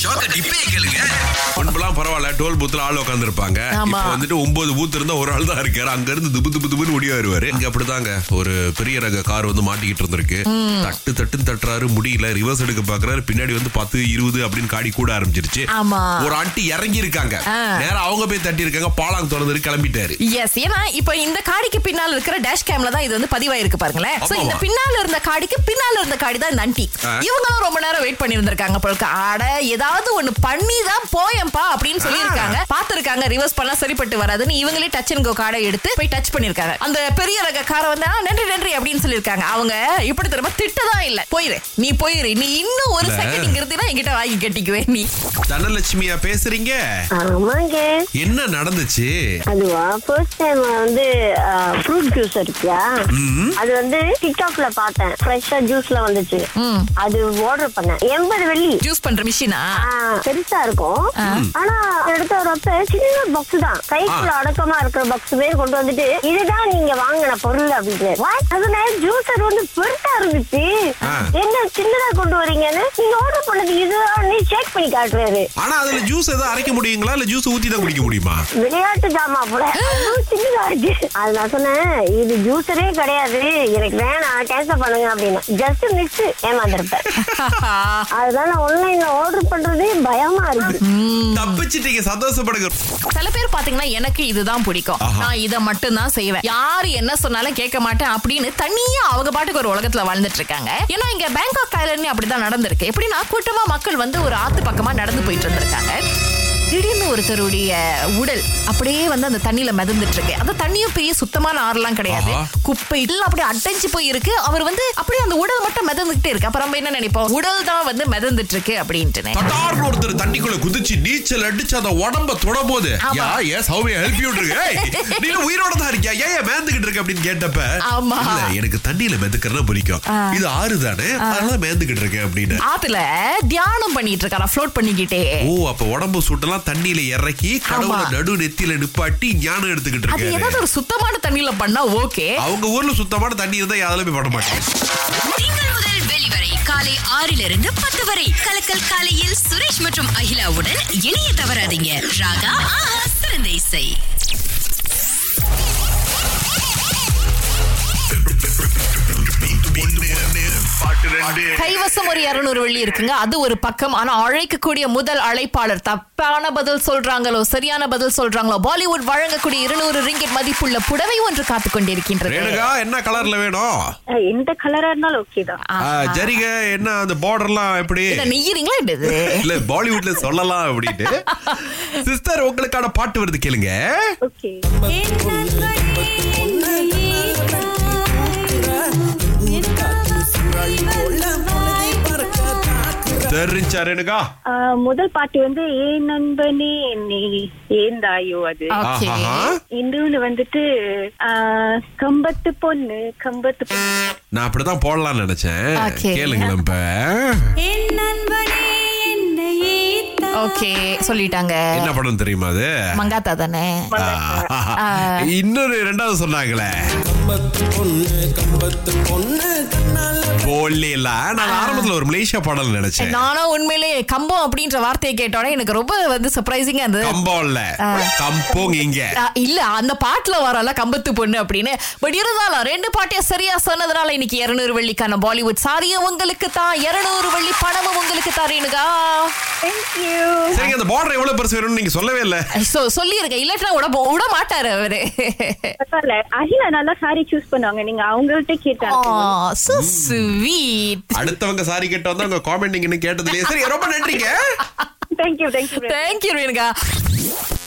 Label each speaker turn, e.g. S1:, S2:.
S1: ஷோக்க டிப்பே கேளுங்க
S2: பண்பெல்லாம் பரவாயில்ல டோல் பூத்துல ஆள் உட்காந்துருப்பாங்க
S3: ஆமா.
S2: இப்போ வந்துட்டு ஒன்பது பூத் இருந்தா ஒரு ஆள் தான் இருக்காரு அங்க இருந்து துபு துபு துபுன்னு ஓடி வருவாரு இங்க அப்படிதாங்க ஒரு பெரிய ரக கார் வந்து மாட்டிக்கிட்டு இருந்திருக்கு தட்டு தட்டுன்னு தட்டுறாரு முடியல ரிவர்ஸ் எடுக்க பாக்குறாரு பின்னாடி வந்து பத்து இருபது அப்படின்னு காடி கூட ஆரம்பிச்சிருச்சு
S3: ஆமா.
S2: ஒரு ஆண்டி இறங்கி இருக்காங்க
S3: ஆ.
S2: நேரா அவங்க போய் தட்டி இருக்காங்க பாலாங் திறந்துட்டு கிளம்பிட்டாரு
S3: எஸ் ஏன்னா இப்ப இந்த காடிக்கு பின்னால் இருக்கிற டேஷ் கேம்ல தான் இது வந்து பதிவாயிருக்கு பாருங்களேன் சோ
S2: ஆமாவா?
S3: இந்த பின்னால இருந்த காடிக்கு பின்னால இருந்த காடி தான் நண்டி
S2: ஆ.
S3: இவங்களும் ரொம்ப நேரம் வெயிட் பண்ணி இருந்திருக்காங்க பொழுது அட ஏதாவது ஒண்ணு பண்ணி தான் போயம்பா அப்படின்னு சொல்லியிருக்காங்க பாத்திருக்காங்க ரிவர்ஸ் பண்ணா சரிப்பட்டு வராதுன்னு இவங்களே டச் அண்ட் கோ கார்டை எடுத்து போய் டச் பண்ணிருக்காங்க அந்த பெரிய ரக காரை வந்து "ஆ, நன்றி நன்றி அப்படின்னு சொல்லியிருக்காங்க அவங்க இப்படி திரும்ப திட்டதான் இல்ல போயிரு நீ போயிரு நீ இன்னும் ஒரு
S2: இல்ல.
S3: செகண்ட் இங்க இருந்தீங்கன்னா என்கிட்ட வாங்கி கட்டிக்குவே நீ
S2: தனலட்சுமியா பேசுறீங்க
S4: ஆமாங்க
S2: என்ன நடந்துச்சு
S4: அதுவா ஃபர்ஸ்ட் டைம் வந்து ஃப்ரூட் ஜூஸ் இருக்கியா அது வந்து டிக்டாக்ல பார்த்தேன் ஃப்ரெஷ்ஷா ஜூஸ்ல வந்துச்சு அது ஆர்டர் பண்ணேன் எண்பது வெள்ளி
S3: ஜூஸ் பண்ற மிஷினா
S4: ஆ, பெருசா இருக்கும் ஆனா எடுத்து வரப்ப சின்ன பாக்ஸ் தான் கைக்குள்ள அடக்கமா இருக்கிற பாக்ஸ் பேர் கொண்டு வந்துட்டு இதுதான் நீங்க வாங்கின பொருள் அப்படின்னு What? அதுல ஜூஸர் வந்து பெருசா இருந்துச்சு
S2: ஆ.
S4: என்ன சின்னதா கொண்டு வரீங்கன்னு நீங்க ஆர்டர் பண்ணது இதுதான் செக் பண்ணி காட்டுறாரு
S2: ஆனா அதுல ஜூஸ் எதாவது அரைக்க முடியுங்களா இல்ல ஜூஸ் ஊத்தி தான் குடிக்க முடியுமா
S4: விளையாட்டு ஜாமா போல அவ்வளவு சின்னதா இருக்கு அது நான் சொன்னேன் இது ஜூஸரே கிடையாது எனக்கு வேணாம் கேன்சல் பண்ணுங்க அப்படின்னு ஜஸ்ட் மிக்ஸ் ஏமாந்துருப்பேன் அதனால ஆன்லைன்ல ஆர்டர் பண்றதே பயமா இருக்கு
S2: தப்பிச்சிட்டீங்க சந்தோஷப்படுங்க
S3: சில பேர் பாத்தீங்கன்னா எனக்கு இதுதான் பிடிக்கும்
S2: ஆஹா.
S3: நான் இத மட்டும் தான் செய்வேன் யாரு என்ன சொன்னாலும் கேட்க மாட்டேன் அப்படின்னு தனியா அவங்க பாட்டுக்கு ஒரு உலகத்துல வாழ்ந்துட்டு இருக்காங்க ஏன்னா இங்க பேங்காக் ஐலண்ட் அப்படிதான் நடந்திருக்கு எப்படின்னா கூட்டமா மக்கள் வந்து ஒரு ஆத்து பக்கமா நடந்து போயிட்டு இருந்திருக்காங்க திடீர்னு ஒருத்தருடைய உடல் அப்படியே வந்து அந்த தண்ணியில மிதந்துட்டு இருக்கு அந்த தண்ணியும் பெரிய சுத்தமான ஆறுலாம் கிடையாது
S2: ஆஹா.
S3: குப்பை இல்ல அப்படியே அடைஞ்சு போய் இருக்கு அவர் வந்து அப்படியே அந்த உடல் மட்டும் மிதந்துகிட்டே இருக்கு அப்புறம் நம்ம என்ன நினைப்போம் உடல் தான் வந்து மிதந்துட்டு இருக்கு அப்படின்ட்டு
S2: பட்டார்னு ஒருத்தர் தண்ணிக்குள்ள குதிச்சு நீச்சல் அடிச்சு அந்த உடம்ப தொட போது
S3: ஆமா.
S2: Yeah yes how help you இருக்கு ஏய், நீ உயிரோட தான் இருக்கியா ஏன் ஏன் மேந்துகிட்டு இருக்க அப்படின்னு கேட்டப்ப
S3: ஆமா.
S2: இல்ல எனக்கு தண்ணியில மெதுக்கிறதா பிடிக்கும் இது ஆறு தானே அதனால மேந்துகிட்டு இருக்கேன் அப்படின்னு
S3: ஆத்துல தியானம் பண்ணிட்டு இருக்காரா ஃப்ளோட் பண்ணிக்கிட்டே
S2: ஓ அப்ப உடம்பு சூட்டெல்லாம் தண்ணியில இறக்கி கடவுள
S3: ஆமா.
S2: நடு நெத்தியில நிப்பாட்டி ஞானம் எடுத்துக்கிட்டு
S3: அது ஏதாவது
S2: இருக்காரு
S3: ஒரு சுத்தமான தண்ணியில பண்ணா ஓகே
S2: அவங்க ஊர்ல சுத்தமான தண்ணி இருந்தா யாராலும் போய் பட மாட்டேன்
S5: திங்கள் முதல் வெளிவரை காலை ஆறிலிருந்து பத்து வரை கலக்கல் காலையில் சுரேஷ் மற்றும் அகிலாவுடன் இணைய தவறாதீங்க ராகா ஆஹா சிறந்த இசை
S3: கைவசம் ஒரு இருநூறு வெள்ளி இருக்குங்க அது ஒரு பக்கம் ஆனா அழைக்கக்கூடிய முதல் அழைப்பாளர் தப்பான பதில் சொல்றாங்களோ சரியான பதில் சொல்றாங்களோ பாலிவுட் வழங்கக்கூடிய இருநூறு ரிங்கிட் மதிப்புள்ள புடவை ஒன்று காத்துக் கொண்டிருக்கின்றது
S2: ரேணுகா என்ன கலர்ல வேணும்
S4: எந்த கலரா இருந்தாலும் ஓகே தான்
S2: ஆ, ஜரிக என்ன அந்த பார்டர்லாம் எப்படி
S3: இதை நெய்யறீங்களா என்னது
S2: இல்ல பாலிவுட்ல சொல்லலாம் அப்படின்னு சிஸ்டர் உங்களுக்கான பாட்டு வருது கேளுங்க
S4: ஓகே
S2: தெரிஞ்சா ரேணுகா
S4: முதல் பாட்டு வந்து ஏ நண்பனே என்னை ஏந்தாயோ அது
S3: ஓகே
S2: ஆஹாஹா.
S4: இன்னொன்னு வந்துட்டு ஆ, கம்பத்து பொண்ணு கம்பத்து பொண்ணு
S2: நான் அப்படிதான் போடலாம்னு நினைச்சேன்
S3: Okay.
S2: கேளுங்களேன் இப்ப
S3: ஓகே சொல்லிட்டாங்க
S2: என்ன படம் தெரியுமா அது
S3: மங்காத்தா தானே
S2: ஆஹாஹா. இன்னொரு ரெண்டாவது சொன்னாங்களே போடல நான் ஆரம்பத்துல ஒரு மலேசியா பாடல் நினைச்சேன்
S3: நானும் உண்மையிலே கம்பம் அப்படின்ற வார்த்தையை கேட்டோட எனக்கு ரொம்ப வந்து சர்ப்ரைசிங்கா இருந்தது
S2: கம்பம் இல்ல கம்போங் இங்க
S3: ஆ, இல்ல அந்த பாட்டுல வரல கம்பத்து பொண்ணு அப்படின்னு பட் இருந்தாலும் ரெண்டு பாட்டையும் சரியா சொன்னதுனால இன்னைக்கு 200 வெள்ளிக்கான பாலிவுட் சாரியும் உங்களுக்கு தான் 200 வெள்ளி பணமும் உங்களுக்கு தான் ரேணுகா
S4: தேங்க்யூ
S2: சரிங்க அந்த பார்டர் எவ்வளவு பெருசு வேணும்னு நீங்க சொல்லவே இல்ல
S3: சோ சொல்லியிருக்கேன் இல்லாட்டினா விட போ- விட மாட்டாரு அவரு
S4: பரவாயில்ல அகிலா நல்லா சாரி சூஸ் பண்ணுவாங்க நீங்க அவங்கள்ட்ட கேட்டாங்க
S3: சோ ஸ்வீட்
S2: அடுத்தவங்க சாரி கேட்டு வந்தா உங்க காமெண்ட் நீங்க இன்னும் கேட்டது இல்லையே சரி ரொம்ப நன்றிங்க
S4: தேங்க்யூ தேங்க்யூ
S3: தேங்க்யூ ரேணுகா